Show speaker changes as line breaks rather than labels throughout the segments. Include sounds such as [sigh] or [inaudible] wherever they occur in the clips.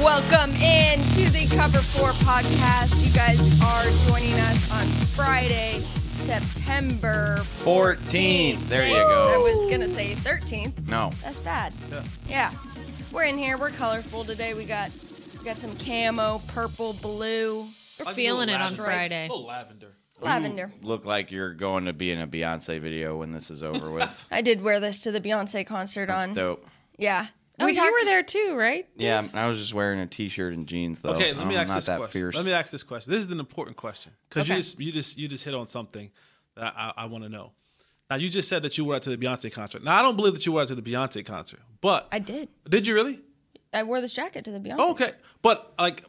Welcome in to the Cover 4 podcast. You guys are joining us on Friday, September
14th. There you
I
go.
was going to say 13th.
No.
That's bad. Yeah. We're in here. We're colorful today. We got we got some camo, purple, blue,
We're feeling it on
lavender.
Friday.
little lavender.
lavender.
Look like you're going to be in a Beyonce video when this is
[laughs]
over with.
I did wear this to the Beyonce concert
That's
on.
dope.
Yeah.
Oh,
we
you
talked-
were there too, right?
Yeah, I was just wearing a t-shirt and jeans though.
Okay, let me
Oh, I'm
ask
not
this
that
question.
fierce.
Let me ask this question. This is an important question because
Okay.
you just you just you just hit on something that I, I, I want to know. Now you just said that you were out to the Beyonce concert. Now I don't believe that you were out to the Beyonce concert, but
I did.
did you really?
I wore this jacket to the Beyonce.
Okay, but like,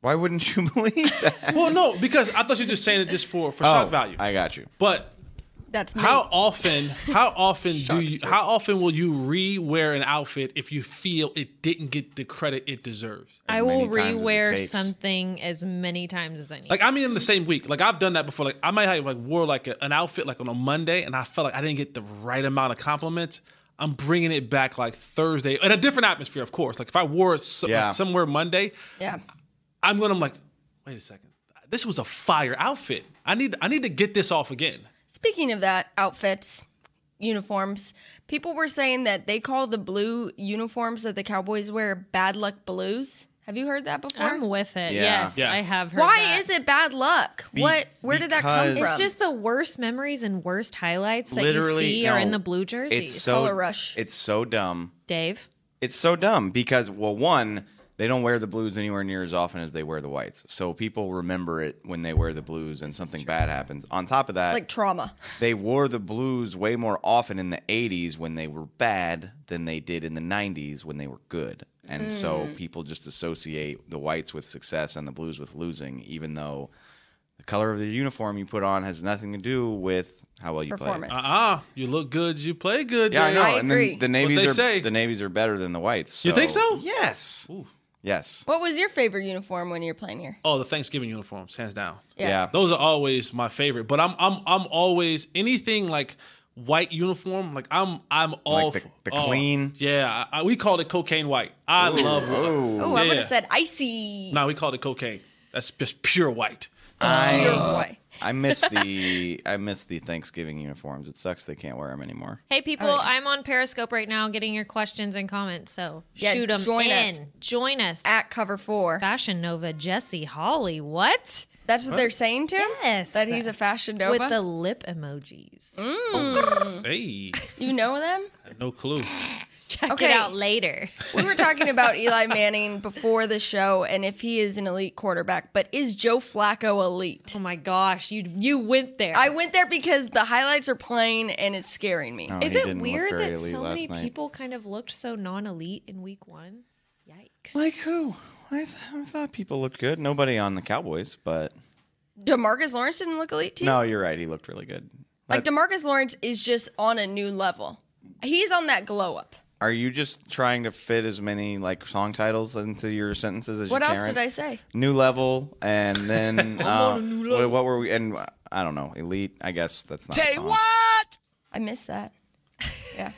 Why wouldn't you [laughs] believe that?
well, no, because I thought you were just saying it just for
[laughs]
for
oh,
shock value.
I got you.
but
That's me.
how often? How often do
Shock
you?
stick.
How often will you re-wear an outfit if you feel it didn't get the credit it deserves?
I
many
will
times as it
rewear
takes.
something as many times as I need.
Like I mean, in the same week, like I've done that before. Like I might have like wore like a, an outfit like on a Monday, and I felt like I didn't get the right amount of compliments. I'm bringing it back like Thursday in a different atmosphere, of course. Like if I wore it so, like,
Yeah.
somewhere Monday,
Yeah.
I'm gonna I'm like, wait a second, this was a fire outfit. I need I need to get this off again.
Speaking of that, outfits, uniforms. People were saying that they call the blue uniforms that the Cowboys wear bad luck blues. Have you heard that before?
I'm with it.
Yeah.
Yes,
Yeah.
I have heard.
Why
that.
is it bad luck? what? Where did that come from?
because-
It's just the worst memories and worst highlights that
Literally,
you see are
no.
in the blue jerseys.
It's so
Color rush.
It's so dumb.
Dave,
It's so dumb because well, one, they don't wear the blues anywhere near as often as they wear the whites. So people remember it when they wear the blues and something bad happens. On top of that,
like trauma.
they wore the blues way more often in the 80s when they were bad than they did in the 90s when they were good. And so
Mm.
people just associate the whites with success and the blues with losing, even though the color of the uniform you put on has nothing to do with how well you
Performance.
play.
Uh-uh, you look good, you play good.
Yeah, I
Dave.
know.
I
and
agree.
then the navies
they
are
say.
the navies are better than the whites.
You think so?
Yes. Yes.
What was your favorite uniform when you were playing here?
Oh, the Thanksgiving uniforms, hands down.
Yeah.
Yeah.
Those are always my favorite. But I'm I'm I'm always anything like white uniform. Like I'm I'm all
the-
for-
the
oh,
clean?
Yeah, I, I- we called it cocaine white. I love.
Oh.
Oh, I would
Yeah.
have said icy.
Now we called it cocaine. That's just pure white.
Your
I
boy.
I miss
[laughs]
the I miss the Thanksgiving uniforms. It sucks they can't wear them anymore.
hey people,
All right.
I'm on Periscope right now, getting your questions and comments. So
Yeah,
shoot them
join
in.
us.
Join us.
At cover four.
Fashion Nova, Jesse Holly. What?
That's what they're saying to him?
Yes.
That he's a fashion
with
nova? Mm?
the lip emojis. Hmm.
Hey,
you know them?
no clue.
Check
Okay.
it out later.
We were talking
[laughs]
about Eli Manning before the show and if he is an elite quarterback, but is Joe Flacco elite?
Oh my gosh, you you went there.
I went there because the highlights are playing and it's scaring me.
No, Oh,
Is
he
it
didn't look
weird
very
that
elite
so
last
many
night.
people kind of looked so non-elite in week one? Yikes!
Like who? I, th- I thought people looked good. Nobody on the Cowboys, but
Demarcus Lawrence didn't look elite to you?
no, you're right. He looked really good.
Like
But
Demarcus Lawrence is just on a new level. He's on that glow up.
are you just trying to fit as many like song titles into your sentences as
What
you
else
can?
did I say?
New level,
[laughs]
and then uh, What, what were we? And uh, I don't know. Elite. I guess that's not. a song.
I missed
[laughs]
that. Yeah.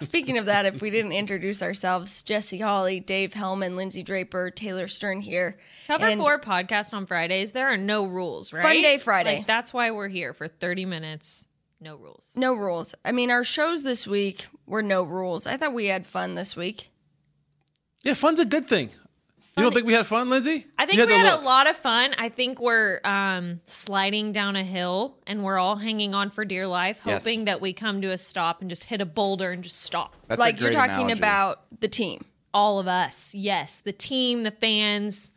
Speaking of that, if we didn't introduce ourselves, Jesse Hawley, Dave Hellman, Lindsay Draper, Taylor Stern here.
Cover
And
four podcast on Fridays. There are no rules, right?
Fun day Friday.
Like, that's why we're here for thirty minutes. No rules.
No rules. I mean, our shows this week were no rules. I thought we had fun this week.
Yeah, fun's a good thing. You don't think we had fun, Lindsay?
I think
You
we
to
had a
look.
lot of fun. I think we're um, sliding down a hill, and we're all hanging on for dear life,
Yes.
hoping that we come to a stop and just hit a boulder and just stop.
That's a
like you're
great
talking
analogy.
about the team.
All of us, yes, the team, the fans,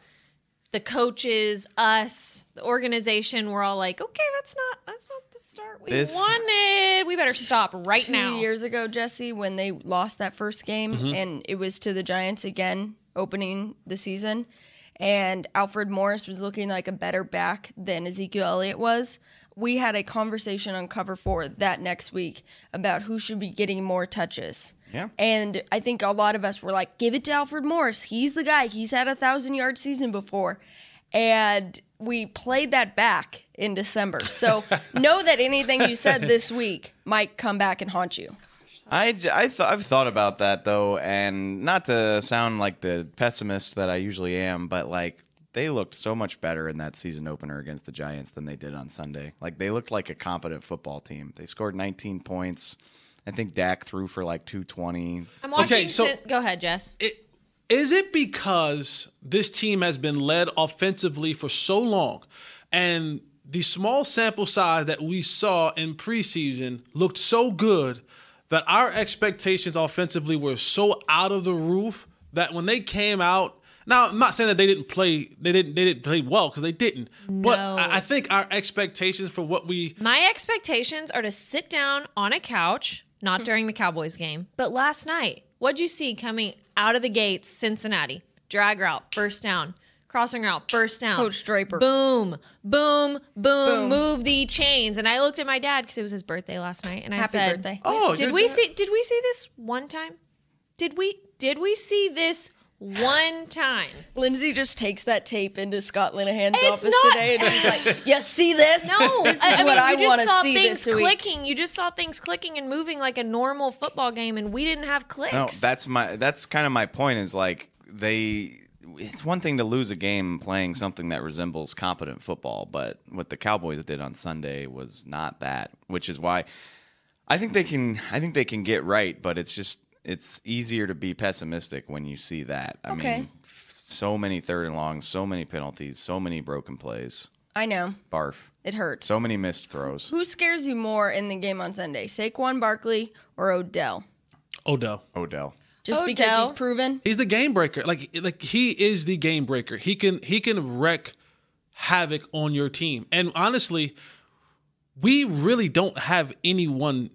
the coaches, us, the organization. We're all like, okay, that's not that's not the start we
This-
wanted. We better stop right
Two
now.
years ago, Jesse, when they lost that first game, and it was to the Giants again, opening the season, and Alfred Morris was looking like a better back than Ezekiel Elliott was. We had a conversation on Cover Four that next week about who should be getting more touches.
Yeah.
And I think a lot of us were like, give it to Alfred Morris. He's the guy. He's had a thousand yard season before. And we played that back in December. So know that anything you said this week might come back and haunt you.
I, j- I th- I've thought about that though, and not to sound like the pessimist that I usually am, but like they looked so much better in that season opener against the Giants than they did on Sunday. Like they looked like a competent football team. They scored 19 points. I think Dak threw for like 220.
I'm
Okay,
watching.
so-
Sin- go ahead, Jess.
it is it because this team has been led offensively for so long and the small sample size that we saw in preseason looked so good that our expectations offensively were so out of the roof that when they came out now I'm not saying that they didn't play they didn't they didn't play well because they didn't but
No.
I, I think our expectations for what we
My expectations are to sit down on a couch,
Hmm.
not during the Cowboys game, but last night. What'd you see coming out of the gates, Cincinnati? Drag route, first down. Crossing route, first down.
Coach Draper.
Boom, boom, boom, move the chains. And I looked at my dad because it was his birthday last night, and I
Happy
said,
birthday.
oh
"Did
you're
we
da-
see? Did we see this one time? Did we? Did we see this one time?
Lindsay just takes that tape into Scott Linehan's
It's
office
not-
today and she's [laughs] like, "Yes, see this?
[laughs] No,
this is
I, I
what
mean,
I
you just
want to
saw
see
things
this week."
clicking. You just saw things clicking and moving like a normal football game, and we didn't have clicks.
No, that's my that's kind of my point is like they it's one thing to lose a game playing something that resembles competent football, but what the Cowboys did on Sunday was not that, which is why I think they can I think they can get right, but it's just it's easier to be pessimistic when you see that. I
Okay.
mean, f- so many third and longs, so many penalties, so many broken plays.
I know
Barf.
it hurts.
So many missed throws.
Who scares you more in the game on Sunday, Saquon Barkley or Odell?
Odell
Odell.
Just because
Odell.
he's proven.
He's the game breaker. Like like he is the game breaker. He can he can wreck havoc on your team. And honestly, we really don't have anyone.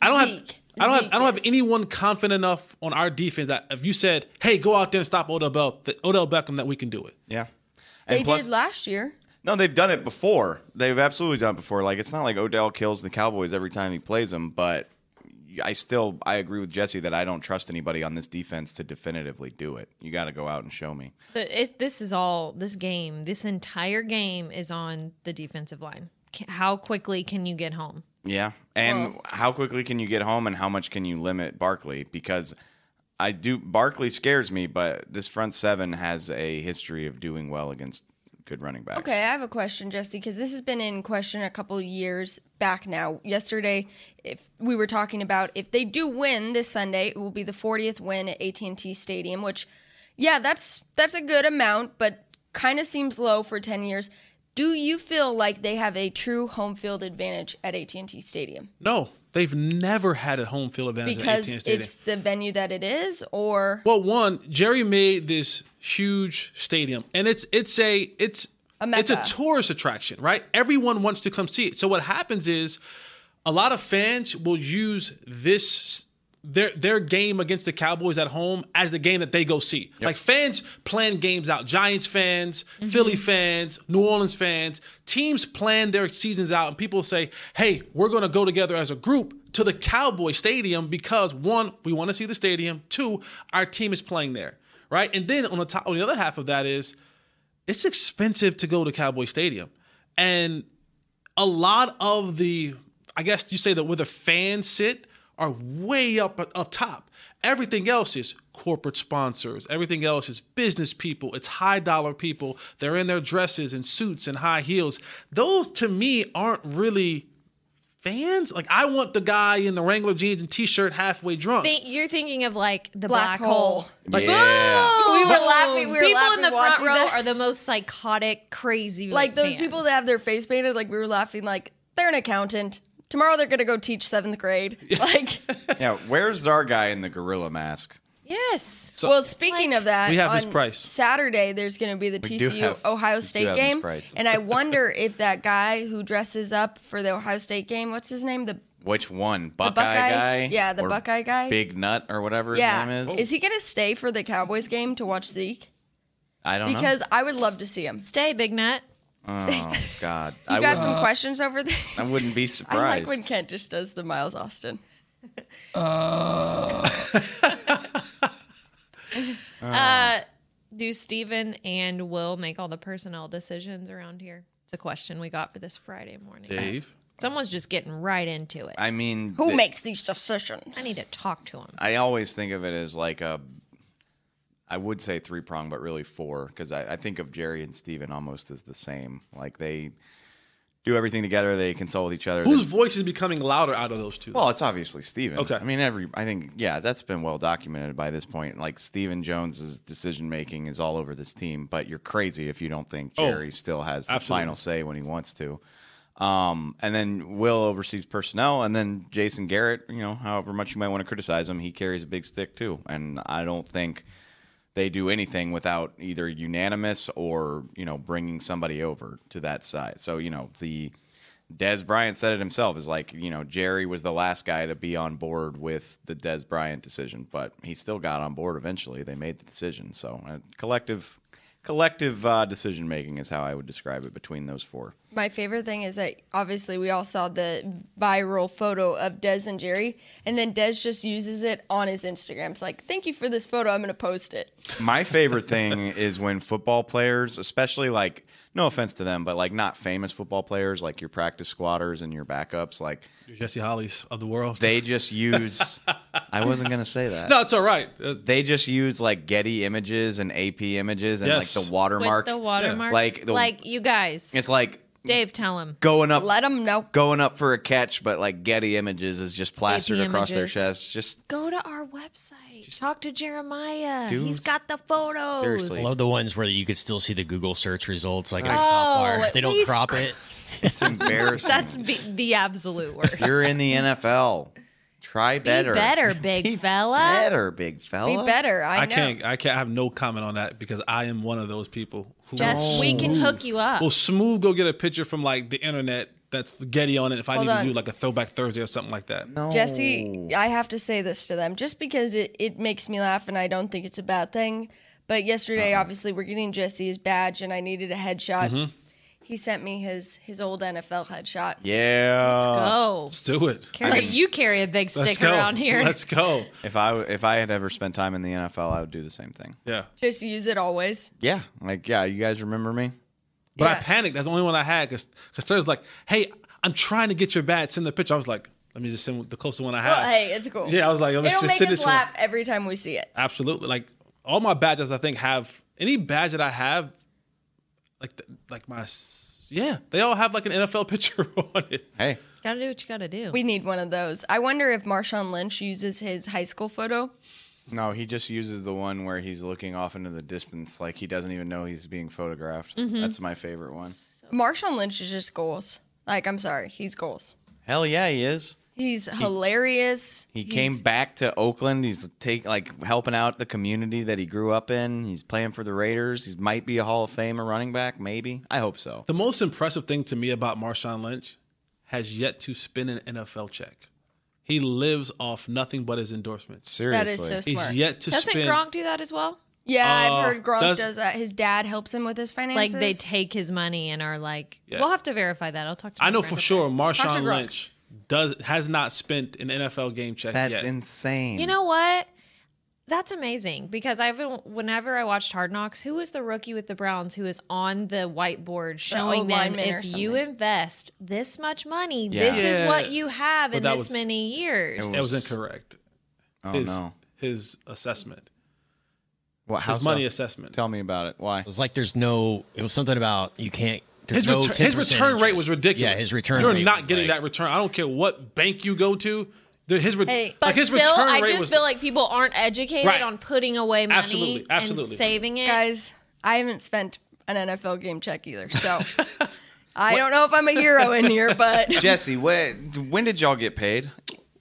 I don't have.
Zeke.
I don't have. I don't have
Zeke is.
anyone confident enough on our defense that if you said, "Hey, go out there and stop Odell Bell, Odell Beckham," that we can do it.
Yeah. And
They
plus-
did last year.
No, they've done it before. They've absolutely done it before. Like it's not like Odell kills the Cowboys every time he plays them, but I still I agree with Jesse that I don't trust anybody on this defense to definitively do it. You got to go out and show me.
The, it, this is all this game. This entire game is on the defensive line. Ca- How quickly can you get home?
Yeah. And how quickly can you get home and how much can you limit Barkley because I do Barkley scares me, but this front seven has a history of doing well against good running backs.
Okay, I have a question, Jesse, because this has been in question a couple years back now. Yesterday, if we were talking about if they do win this Sunday, it will be the 40th win at AT&T Stadium, which, yeah, that's that's a good amount, but kind of seems low for 10 years. Do you feel like they have a true home field advantage at AT&T Stadium
No, they've never had a home field advantage
because
at AT&T Stadium.
it's the venue that it is, or
Well, one, Jerry made this huge stadium, and it's it's a it's it's a
mecca.
tourist attraction, right? Everyone wants to come see it. So what happens is, a lot of fans will use this their their game against the Cowboys at home as the game that they go see. Like fans plan games out. Giants fans, Philly fans, New Orleans fans, teams plan their seasons out, and people say, "Hey, we're going to go together as a group." To the Cowboy Stadium because one, we want to see the stadium. Two, our team is playing there, right? And then on the top, on the other half of that is, it's expensive to go to Cowboy Stadium. And a lot of the, I guess you say that where the fans sit are way up up top. Everything else is corporate sponsors. Everything else is business people. It's high dollar people. They're in their dresses and suits and high heels. Those to me aren't really fans. Like I want the guy in the Wrangler jeans and t-shirt halfway drunk.
Think, you're thinking of like the
Black
black,
hole.
hole.
Like,
We were
Boom!
laughing- we were
people
laughing
in the front
watching
row
that.
are the most psychotic, crazy.
like those people
fans.
that have their face painted? Like we were laughing, like they're an accountant. Tomorrow they're gonna go teach seventh
[laughs]
grade. Like.
Yeah, where's our guy in the gorilla mask?
yes.
So-
well, speaking of that,
We have
on
his price.
Saturday there's going to be the
do
TCU
have- we
Ohio
do
State
have his
game,
price.
and I wonder [laughs] if that guy who dresses up for the Ohio State game, what's his name? The
Which one? Buckeye,
Buckeye-
guy?
yeah, the
Or
Buckeye guy.
Big Nut or whatever his
yeah,
name is.
is he going to stay for the Cowboys game to watch Zeke?
I don't know.
Because I would love to see him.
Stay, Big Nut.
Oh
[laughs]
God!
You
I
got
wouldn't,
some questions over there?
[laughs] I wouldn't
[laughs]
be
I like
surprised.
when Kent just does the Miles Austin.
Uh,
Um,
do Steven and Will make all the personnel decisions around here? It's a question we got for this Friday morning.
Dave,
Someone's just getting right into it. I,
I mean,
Who
th-
makes these decisions?
need to talk to him.
I always think of it as like a. I would say three prong, but really four, because I, I think of Jerry and Steven almost as the same. Like they do everything together, they consult with each other.
Whose
They-
voice is becoming louder out of those two?
well, it's obviously Steven.
Okay.
I mean, every I think yeah, that's been well documented by this point. Like Steven Jones's decision making is all over this team, but you're crazy if you don't think
Oh,
Jerry still has the
absolutely.
final say when he wants to. Um, and then Will oversees personnel, and then Jason Garrett, you know, however much you might want to criticize him, he carries a big stick too. And I don't think they do anything without either unanimous or you know bringing somebody over to that side. So you know the Des Bryant said it himself is like you know Jerry was the last guy to be on board with the Des Bryant decision, but he still got on board eventually. They made the decision. So uh, collective collective uh, decision making is how I would describe it between those four.
My favorite thing is that obviously we all saw the viral photo of Dez and Jerry, and then Dez just uses it on his Instagram. It's like, thank you for this photo. I'm going to post it.
My
[laughs]
favorite thing is when football players, especially like no offense to them, but like not famous football players, like your practice squatters and your backups, like
Jesse Hollies of the world.
they just
[laughs]
use I wasn't gonna say that.
no, it's all right. Uh,
They just use like Getty images and AP images and
Yes.
like the
With
watermark.
the watermark.
Like the-
like you guys.
it's like
Dave, tell him.
going up
Let them know.
going up for a catch, but like Getty images is just plastered
AP
across their
images.
chest.
[laughs]
Just
Go to our website. Talk to Jeremiah.
Do
He's got the photos.
seriously.
I love the ones where you could still see the Google search results, like on
Oh,
the top bar.
at
They don't
least-
crop it.
it's embarrassing.
That's be- the absolute worst.
[laughs] You're in the NFL. Try better. [laughs]
better, big
Be
fella.
Better, big fella.
Be better. I,
I
know.
can't. I can't I have no comment on that because I am one of those people. Who
Jess, we can hook you up.
Well, smooth. Go get a picture from like the internet that's Getty on it. If I
Hold
need
on.
to do like a throwback Thursday or something like that.
No. Oh.
Jesse, I have to say this to them just because it, it makes me laugh and I don't think it's a bad thing. But
Uh-huh.
yesterday, obviously, we're getting Jesse's badge and I needed a headshot.
Mm-hmm.
He sent me his his old NFL headshot.
Yeah.
Go.
Let's do it.
Carry, you carry a big
Let's
stick
go.
around here.
[laughs]
Let's go.
If I if I had ever spent time in the NFL, I would do the same thing.
Yeah.
Just use it always.
Yeah. Like yeah, you guys remember me?
But I
Yeah.
panicked. That's the only one I had because Thursday's like, hey, I'm trying to get your bat. Send the picture. I was like, let me just send the closest one I have.
Well, hey, it's cool.
Uh, Yeah, I was like, let me
It'll
just
make
send
us
this
laugh
one.
every time we see it.
Absolutely. Like all my badges, I think have any badge that I have, like the, like my s- yeah, they all have like an NFL [laughs] picture on it.
Hey.
gotta do what you gotta do.
We need one of those. I wonder if Marshawn Lynch uses his high school photo.
No, he just uses the one where he's looking off into the distance, like he doesn't even know he's being photographed.
Mm-hmm.
That's my favorite one.
Marshawn Lynch is just goals. Like, I'm sorry, he's goals.
Hell yeah, he is.
He's hilarious.
He
He's-
came back to Oakland. He's take like helping out the community that he grew up in. He's playing for the Raiders. He might be a Hall of Famer running back, maybe. I hope so.
The most impressive thing to me about Marshawn Lynch has yet to spin an NFL check. He lives off nothing but his endorsements.
Seriously.
That is so
He's
smart.
yet to
Doesn't
spin.
Gronk do that as well?
Yeah,
Uh,
Oh,
I've heard Gronk
does-
does that. His dad helps him with his
Like
finances.
they take his money and are like, we'll have to verify that. I'll talk to.
I
my
know
friend
for sure
about
Talk to
Marshawn
Gronk.
Lynch does has not spent an NFL game check
That's
yet.
insane.
that. You know what? That's amazing because I've been, whenever I watched Hard Knocks, who was the rookie with the Browns who was on the whiteboard showing them
O-lineman or
if you
something.
invest this much money,
Yeah.
this is
Yeah.
what you have
But
in
that
this
was-
many years.
It
That was incorrect.
oh
his,
no.
his assessment,
What?
his
How's
money
up?
assessment.
Tell me about it. Why?
It was like there's no. It was something about you can't. There's
His,
no
return, his
10%
return rate
interest.
was ridiculous.
Yeah, his return.
You're
rate
not
was
getting
like-
that return. I don't care what bank you go to. The- His re-
Hey,
But
like his
still,
return
I
rate
just
was
feel like people aren't educated
Right.
on putting away money
Absolutely, absolutely.
and saving it.
guys, I haven't spent an NFL game check either.
[laughs]
So I don't know if I'm a hero in here, but
Jesse, when, when did y'all get paid?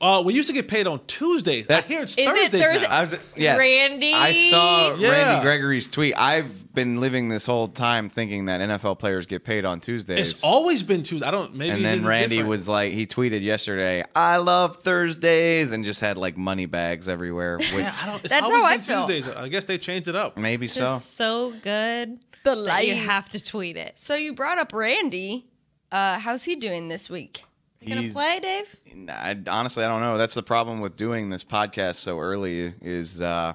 uh, we used to get paid on Tuesdays.
That's-
I hear it's
Is it
Thursdays
Thursday?
now.
I was yes.
Randy?
I saw
Yeah.
Randy Gregory's tweet. I've been living this whole time thinking that NFL players get paid on Tuesdays.
It's always been Tuesday. I don't. Maybe
and then
his is
Randy
different.
was like, he tweeted yesterday, "I love Thursdays," and just had like money bags everywhere. Which
I don't, it's
That's
always
how I
been
feel.
Tuesdays. I guess they changed it up.
maybe so.
Just so good
the
that you
life.
have to tweet it.
so you brought up Randy. Uh, how's he doing this week?
Gonna
He's
play, Dave?
I, honestly, I don't know. That's the problem with doing this podcast so early is uh,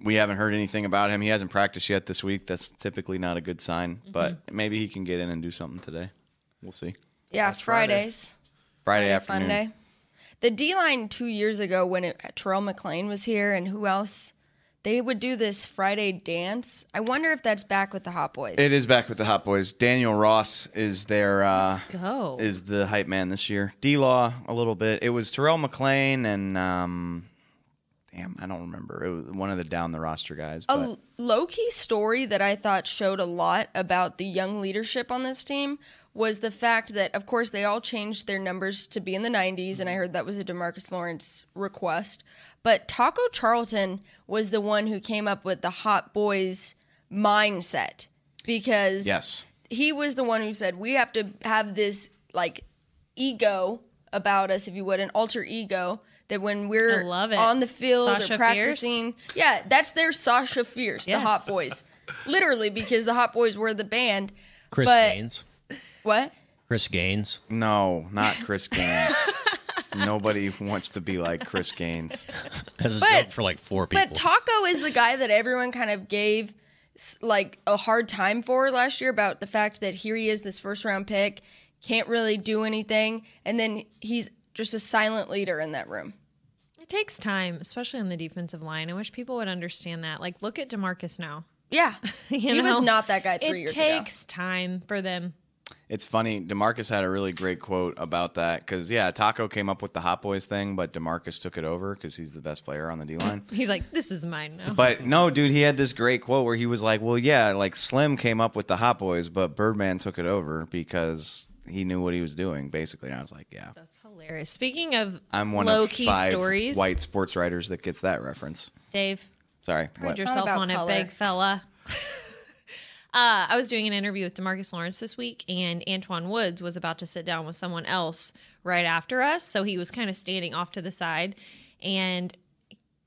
we haven't heard anything about him. He hasn't practiced yet this week. That's typically not a good sign. But maybe he can get in and do something today. We'll see.
Yeah,
Last Friday.
Fridays.
Friday
Friday, fun
afternoon.
day. The D line two years ago when it, Terrell McLean was here and who else, they would do this Friday dance. I wonder if that's back with the Hot Boys.
It is back with the Hot Boys. Daniel Ross is their uh,
go.
is the hype man this year. D Law a little bit. It was Terrell McLean and um, damn, I don't remember. It was one of the down the roster guys. But
a low key story that I thought showed a lot about the young leadership on this team was the fact that, of course, they all changed their numbers to be in the 90s, and I heard that was a Demarcus Lawrence request. But Taco Charlton was the one who came up with the hot boys mindset because
Yes.
he was the one who said we have to have this like ego about us, if you would, an alter ego that when we're
I love it.
on the field
Sasha
or
Fierce?
practicing, yeah, that's their Sasha Fierce,
Yes.
the Hot Boys, literally because the Hot Boys were the band.
Chris
But-
Gaines.
What?
Chris Gaines.
no, not Chris Gaines. [laughs] Nobody wants to be like Chris Gaines.
That's a
But-
joke for like four people.
But Taco is the guy that everyone kind of gave s- like a hard time for last year about the fact that here he is, this first round pick, can't really do anything, and then he's just a silent leader in that room.
It takes time, especially on the defensive line. I wish people would understand that. Like, look at Demarcus now.
Yeah,
[laughs] You
he
know?
was not that guy three
it
years ago.
takes time for them.
It's funny. Demarcus had a really great quote about that because yeah, Taco came up with the Hot Boys thing, but Demarcus took it over because he's the best player on the D line.
He's like, this is mine now.
But no, dude, he had this great quote where he was like, "Well, yeah, like Slim came up with the Hot Boys, but Birdman took it over because he knew what he was doing, basically." And I was like, "Yeah,
That's hilarious. Speaking of
I'm one
low
of
key
five
stories,
white sports writers that gets that reference."
Dave,
Sorry,
pride
what?
yourself
about
on
color.
it, big fella. [laughs] uh, I was doing an interview with Demarcus Lawrence this week, and Antoine Woods was about to sit down with someone else right after us. So he was kind of standing off to the side. And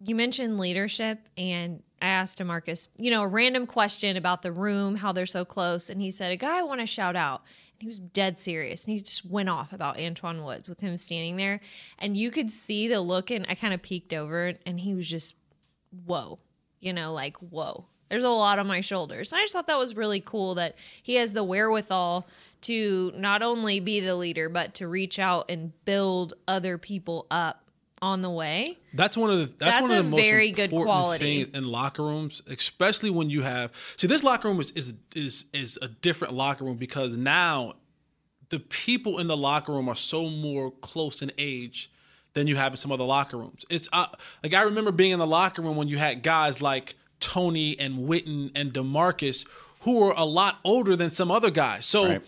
you mentioned leadership, and I asked Demarcus, you know, a random question about the room, how they're so close. And he said, A guy I want to shout out. And he was dead serious. And he just went off about Antoine Woods with him standing there. And you could see the look, and I kind of peeked over, and he was just whoa, you know, like whoa. There's a lot on my shoulders. And I just thought that was really cool that he has the wherewithal to not only be the leader, but to reach out and build other people up on the way.
That's one of the that's,
That's
one of
a
the most
very good
important
quality.
things in locker rooms, especially when you have see this locker room is is is, is a different locker room because now the people in the locker room are so more close in age than you have in some other locker rooms. It's uh, like I remember being in the locker room when you had guys like Tony and Witten and DeMarcus who were a lot older than some other guys. So
Right.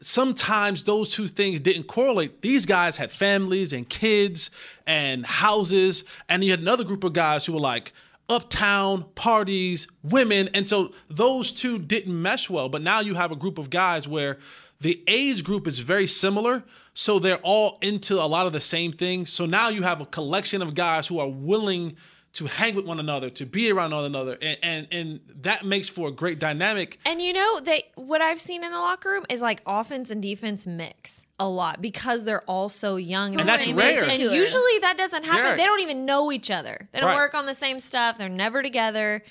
sometimes those two things didn't correlate. These guys had families and kids and houses, and you had another group of guys who were like uptown parties, women, and so those two didn't mesh well. But now you have a group of guys where the age group is very similar, so they're all into a lot of the same things. So now you have a collection of guys who are willing to hang with one another, to be around one another, and and, and that makes for a great dynamic.
And you know that what I've seen in the locker room is like offense and defense mix a lot because they're all so young and,
And
the
that's
same
rare.
age. And
Particular.
usually that doesn't happen.
Right.
They don't even know each other. They don't
Right.
work on the same stuff. They're never together.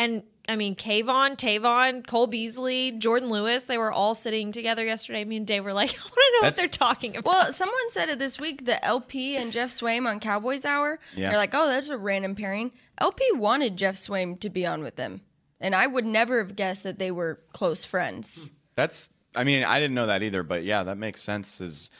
And I mean, Kayvon, Tavon, Cole Beasley, Jordan Lewis, they were all sitting together yesterday. Me and Dave were like, [laughs] I want to know what
That's-
they're talking about.
Well, someone said it this week. The LP and Jeff Swaim on Cowboys Hour.
Yeah.
They're like, oh, that's a random pairing. LP wanted Jeff Swaim to be on with them, and I would never have guessed that they were close friends.
That's. I mean, I didn't know that either, but yeah, that makes sense. Is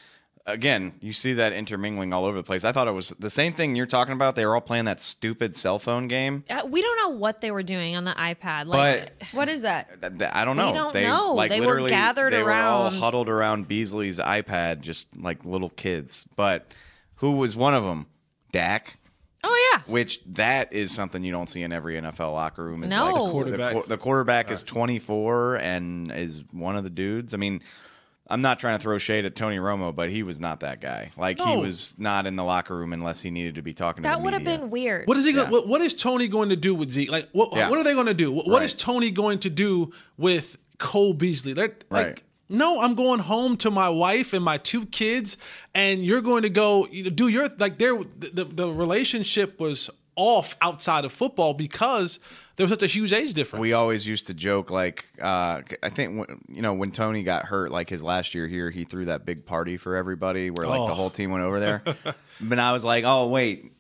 again, you see that intermingling all over the place. I thought it was the same thing you're talking about. They were all playing that stupid cell phone game,
Uh, we don't know what they were doing on the iPad. Like,
but.
What is that?
Th- th- I don't know.
don't know. They were gathered
they
around-
were all huddled around Beasley's iPad, just like little kids. But who was one of them? Dak.
oh, yeah.
Which that is something you don't see in every NFL locker room. Is
No.
like
The
qu-
quarterback.
The, qu- the quarterback is 24 and is one of the dudes. I mean, I'm not trying to throw shade at Tony Romo, but he was not that guy. Like he
No.
was not in the locker room unless he needed to be talking. to
That
the
would have
media.
been weird.
What is he? Go- what, what is Tony going to do with Zeke? Like, what,
Yeah.
what are they going to do? What, what is
Right.
Tony going to do with Cole Beasley? Like, like,
Right.
no, I'm going home to my wife and my two kids, and you're going to go you know, do your like. Their the, the the relationship was off outside of football because there was such a huge age difference.
We always used to joke like uh, I think when, you know when Tony got hurt like his last year here he threw that big party for everybody where like
Oh.
the whole team went over
[laughs]
there. but I was like, "Oh, wait,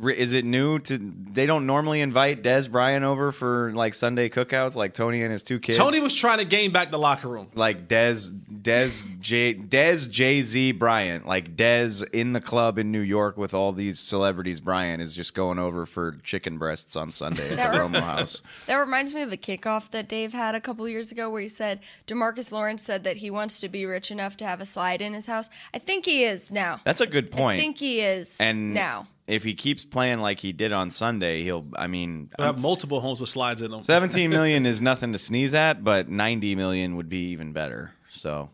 r- is it new to they don't normally invite Des Bryant over for like Sunday cookouts like Tony and his two kids?"
Tony was trying to gain back the locker room.
like Des Des J Des Jay Z Bryant, like Des in the club in New York with all these celebrities. Bryant is just going over for chicken breasts on Sunday at
[laughs]
the Romo House.
That reminds me of a kickoff that Dave had a couple years ago where he said Demarcus Lawrence said that he wants to be rich enough to have a slide in his house. I think he is now.
That's a good
I
point.
think he is
and
now.
if he keeps playing like he did on Sunday, he'll. I mean,
We have
I'm-
multiple homes with slides in them.
seventeen million is nothing to sneeze at, but ninety million would be even better. So.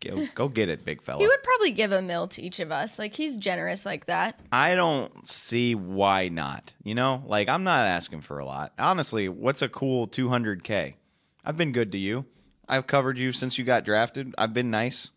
Go, go get it, big fella.
He would probably give a mill to each of us. Like he's generous like that.
I don't see why not. You know, like I'm not asking for a lot. Honestly, what's a cool 200K? I've been good to you. I've covered you since you got drafted. I've been nice.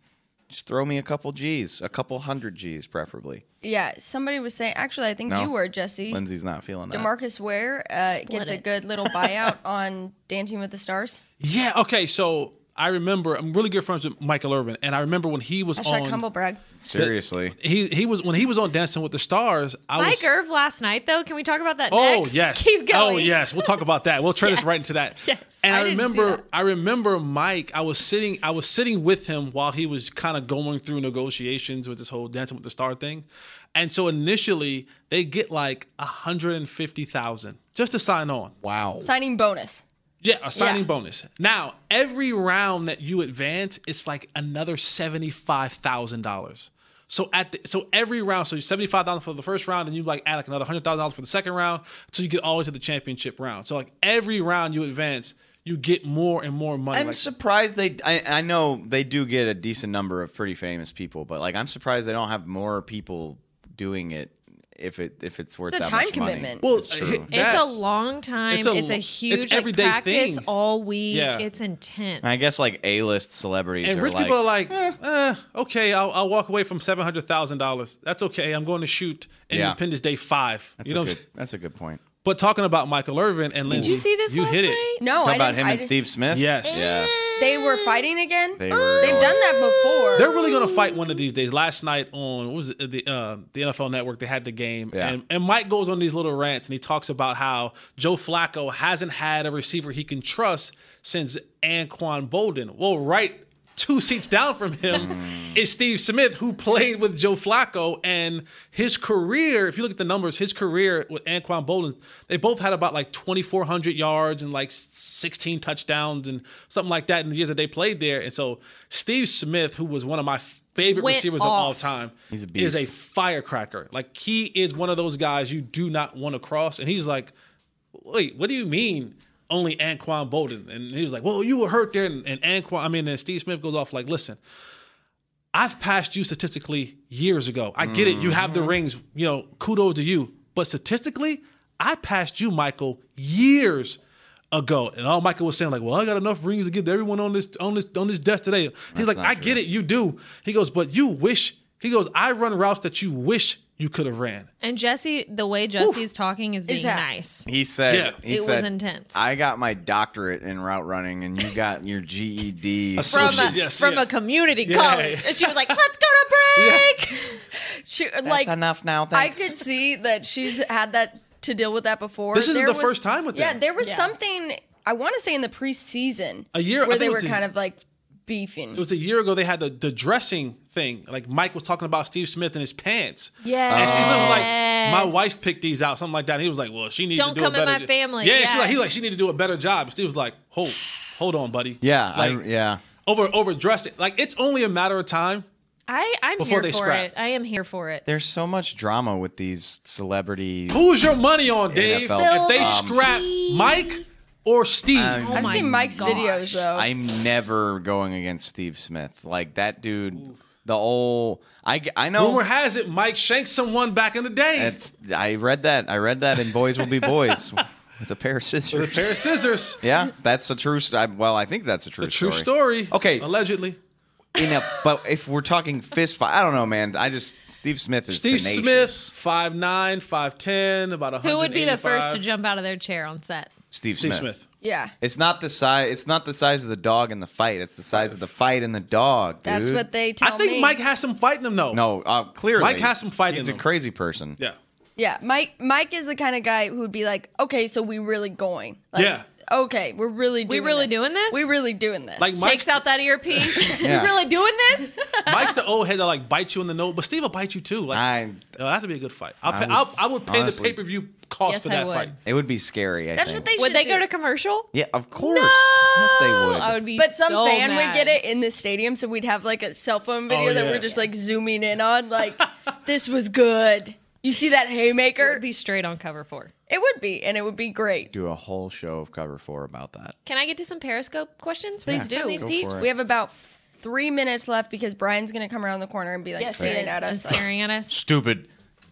Just throw me a couple G's, a couple hundred G's, preferably.
Yeah, somebody was saying actually I think
No.
you were Jesse.
Lindsay's not feeling that.
Demarcus Ware uh, gets a
it.
good
[laughs]
little buyout on Dancing with the Stars.
Yeah. Okay. So I remember I'm really good friends with Michael Irvin, and I remember when he was
Hashtag
on
humble brag.
Seriously.
he he was when he was on Dancing with the Stars. I
Mike
was
Irv last night, though. Can we talk about that?
oh
next?
yes,
[laughs] Keep going.
Oh yes, we'll talk about that. We'll turn this right into that.
Yes.
And I,
I didn't see
remember
that.
I remember Mike. I was sitting I was sitting with him while he was kind of going through negotiations with this whole Dancing with the Star thing, and so initially they get like a hundred and fifty thousand just to sign on.
Wow.
Signing bonus.
Yeah, a signing
Yeah.
bonus. Now, every round that you advance, it's like another seventy-five thousand dollars. So at the, so every round, so you seventy-five thousand for the first round, and you like add like another hundred thousand dollars for the second round, so you get all the way to the championship round. So like every round you advance, you get more and more money.
I'm
Like,
surprised they. I, I know they do get a decent number of pretty famous people, but like I'm surprised they don't have more people doing it if it if it's worth
It's a
that
time
much money.
commitment.
well,
It's true.
it-
It's
that's-
a long time.
It's
It's
a-
a,
it's
huge
everyday
like, practice
thing.
all week.
Yeah.
It's intense.
I guess like A-list celebrities
And
are
rich
like,
people are like, eh, okay, I'll, I'll walk away from seven hundred thousand dollars. That's okay. I'm going to shoot
Yeah.
Independence Day five.
That's
you
a
know, what I'm
good,
saying?
that's a good point.
but talking about Michael Irvin and
Did
Lindsay,
you see this
You
last
hit
night?
it.
No,
Talk
Oh, I
about
didn't,
him
I
and
didn't-
Steve Smith.
Yes.
Yeah.
They were fighting again.
They were
They've
going-
done that before.
They're really going to fight one of these days. Last night on what was it, the uh, the NFL Network, they had the game,
Yeah.
and, and Mike goes on these little rants and he talks about how Joe Flacco hasn't had a receiver he can trust since Anquan Bolden. Well, right two seats down from him is Steve Smith, who played with Joe Flacco, and his career. If you look at the numbers, his career with Anquan Bolden, they both had about like twenty four hundred yards and like sixteen touchdowns and something like that in the years that they played there. And so Steve Smith, who was one of my favorite
Went
receivers of all
off.
time,
He's a
is a
beast.
firecracker. Like he is one of those guys you do not want to cross. And he's like, wait, what do you mean? Only Anquan Bolden. And he was like, well, you were hurt there. And, and Anquan, I mean, and Steve Smith goes off like, listen, I've passed you statistically years ago. I get it. You have
Mm-hmm.
the rings, you know, kudos to you. But statistically, I passed you, Michael, years ago. And all Michael was saying, like, well, I got enough rings to give to everyone on this on this on this desk today. He's like,
not
I
true.
get it, you do. He goes, but you wish, he goes, I run routes that you wish you could have ran.
And Jesse, the way Jesse's talking is being
that-
nice.
He said
Yeah.
he
It was
said,
intense.
I got my doctorate in route running and you got your E
[laughs]
GED.
Associate-
[laughs] From,
she-
a,
yes,
from
yeah.
a community college.
[laughs]
And she was like, let's go to break.
She, like
enough now.
I could see that she's had that to deal with that before.
This isn't
There
the
was-
first time with
yeah,
them.
there was
Yeah.
something I want to say in the preseason
A year- I
where
think it
they were
was a-
kind of like beefing.
it was a year ago they had the, the dressing thing. Like Mike was talking about Steve Smith and his pants.
Yeah.
And Steve Smith was like, my wife picked these out, something like that. And he was like, well, she needs
Don't
to do
come
a
in
better
my
jo-
family.
Yeah, She
Yeah.
like, he like, she need to do a better job. Steve was like, hold, hold on, buddy.
Yeah, I-
Like,
yeah.
Over overdressed it. Like it's only a matter of time.
I, I'm
Before
here
they
for
scrap.
it. I am here for it.
There's so much drama with these celebrity.
Who's your money on, Dave?
NFL.
If they
Um,
scrap Mike or Steve,
Um,
I've
Oh my
seen Mike's
gosh.
videos though.
I'm never going against Steve Smith. Like that dude, the old I I know
rumor has it Mike shanked someone back in the day.
it's I read that. I read that in Boys Will Be Boys [laughs] with a pair of scissors.
with a pair of scissors.
Yeah, that's a [laughs] true. st- I- Well, I think that's a true.
The true
story.
story.
Okay.
Allegedly.
in a but if we're talking fist fight, I don't know, man. I just Steve Smith is
Steve
tenacious.
Smith, 5'9", 5'10", about a
Who would be the first to jump out of their chair on set?
Steve Smith.
Steve Smith.
Yeah.
It's not the size. It's not the size of the dog in the fight. It's the size of the fight in the dog.
That's
dude.
what they tell
I think
me.
Mike has him fighting him though.
No, uh, clearly
Mike has some fight
He's
in
a
him.
crazy person.
Yeah.
Yeah, Mike. Mike is the kind of guy who would be like, "Okay, so we really going? Like,
Yeah.
Okay, we're really doing
really doing this?
We really doing this?
Like Mike-
Takes out
[laughs]
that earpiece.
Yeah.
You really doing
[laughs]
this?
Mike's the old head that like bites you in the nose, but Steve will bite you too. Like
I-
that'll have to be a good fight. I'll
I
pay,
would-
I'll, I would pay
honestly-
the pay per view cost
Yes,
for
I
that
would.
fight.
It would be scary. I
That's
think.
what they
would
should
they go
do.
to commercial?
Yeah, of course.
No,
Yes, they would.
I would be.
But some
so
fan
mad.
would get it in the stadium, so we'd have like a cell phone video
Oh,
that
yeah.
we're just like zooming in on.
[laughs]
Like, this was good. You see that haymaker?
It would be straight on cover four.
It would be, and it would be great.
do a whole show of Cover Four about that.
Can I get to some Periscope questions?
Please
from
do.
These
Go
peeps?
for it.
We have about three minutes left because Brian's gonna come around the corner and be like
yes,
staring at us. like,
staring at us.
Stupid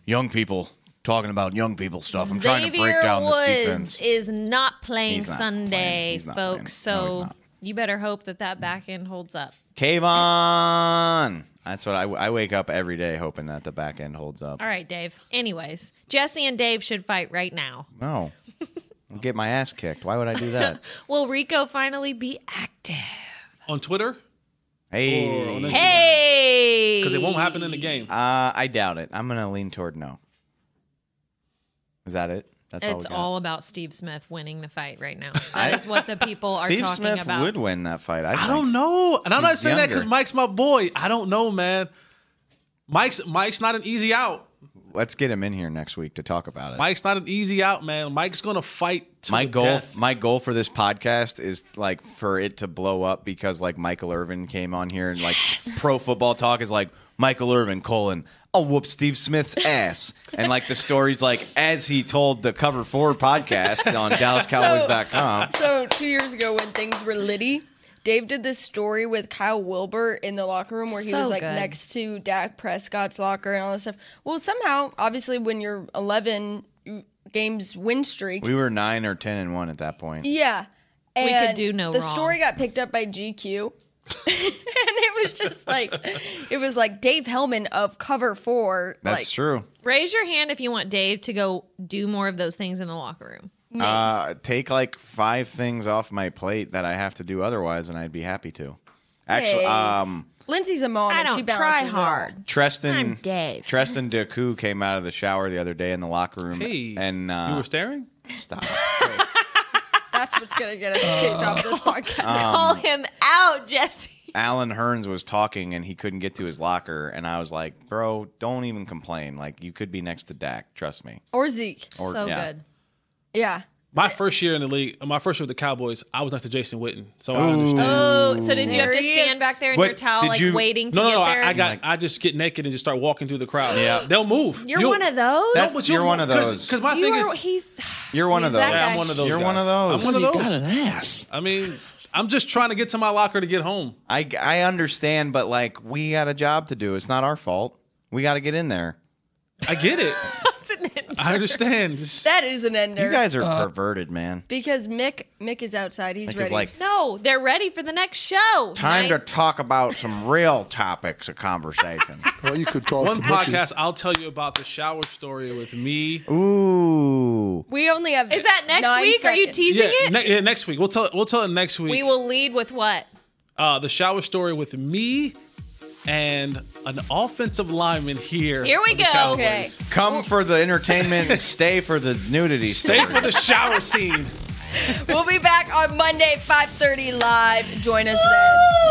young people talking about young people stuff. I'm
Xavier Woods is not playing
He's not
Sunday,
playing. He's not
folks.
playing. No, he's
so
not.
you better hope that that back end holds up.
Kayvon. That's what I, I wake up every day hoping that the back end holds up.
All right, Dave. Anyways, Jesse and Dave should fight right now.
No. I'll get my ass kicked. Why would I do
[laughs]
that?
Will Rico finally be active?
On Twitter?
hey.
Because
Hey,
it won't happen in the game.
Uh, I doubt it. I'm gonna lean toward no. Is that it? That's all.
It's
We got?
all about Steve Smith winning the fight right
[laughs]
now. That is what the people are
Steve
talking
Smith
about.
would win that fight. I,
I don't know. And I'm not
He's
saying that because
younger.
Mike's my boy. I don't know, man. Mike's Mike's not an easy out.
Let's get him in here next week to talk about it.
Mike's not an easy out, man. Mike's gonna fight. To
my
the
goal,
death.
my goal for this podcast is like for it to blow up because like Michael Irvin came on here and like pro football talk is like Michael Irvin colon I'll whoop Steve
[laughs]
Smith's ass and like the stories like as he told the Cover Four
[laughs]
podcast on DallasCowboys.com.
[laughs] So two years ago, when things were litty, Dave did this story with Kyle Wilbur in the locker room where he
So
was like
good.
next to Dak Prescott's locker and all this stuff. Well, somehow, obviously, when you're 11 games win streak,
We were nine or ten and one at that point.
yeah, and
could do no
The
wrong.
story got picked up by GQ. [laughs] and it was just like it was like Dave Hellman of Cover Four.
That's
like,
true.
Raise your hand if you want Dave to go do more of those things in the locker room.
Uh, take like five things off my plate that I have to do otherwise, and I'd be happy to. Actually,
Hey.
um,
Lindsay's a mom.
I
and
don't
she
try
balances it all.
hard.
Treston,
I'm Dave.
Treston Deku came out of the shower the other day in the locker room,
Hey,
and uh,
you were staring.
stop.
That's what's gonna get us kicked off
[laughs]
this podcast.
[laughs] Call him out, [laughs] Jesse.
Alan Hearns was talking, and he couldn't get to his locker, and I was like, "Bro, don't even complain. Like, you could be next to Dak. Trust me."
or Zeke.
so
yeah.
good.
Yeah.
My first year in the league, my first year with the Cowboys, I was next to Jason Witten, so I understand.
Oh, so did you
There
have to
he
stand
is.
back there in
What,
your towel,
did
like
you-
waiting to
No, no,
get
no.
there?
I, I got. I just get naked and just start walking through the crowd. Yeah, they'll move.
You're one of those.
That's- You're one of those.
Because my
you
thing
are.
is,
he's. [laughs]
You're one of
He's
those.
that
yeah,
guy.
I'm one of those.
You're
guys.
one of those.
I'm one of
You
those.
got an ass.
I mean, I'm just trying to get to my locker to get home.
I I understand, but like, we got a job to do. It's not our fault. We got to get in there.
I get it.
It's
I understand. Just-
That is an ender.
You guys are perverted, man.
because Mick Mick is outside. He's
Like,
ready.
it's like
No, they're ready for the next show.
Time to
Night.
talk about some real topics of
[laughs]
conversation.
Well, you could talk
One
to Mickey.
podcast, I'll tell you about the shower story with me.
Ooh.
we only have.
Is that next
nine
week? Are you
seconds.
teasing
Yeah,
it?
ne- yeah, next week. We'll tell. We'll tell it next week.
we will lead with what?
Uh, the shower story with me and an offensive lineman here.
Here we
for the
go.
Cowboys.
Okay.
Come for the entertainment, and stay for the nudity.
Stay
story.
for the shower scene.
We'll be back on Monday, five thirty live. Join us then.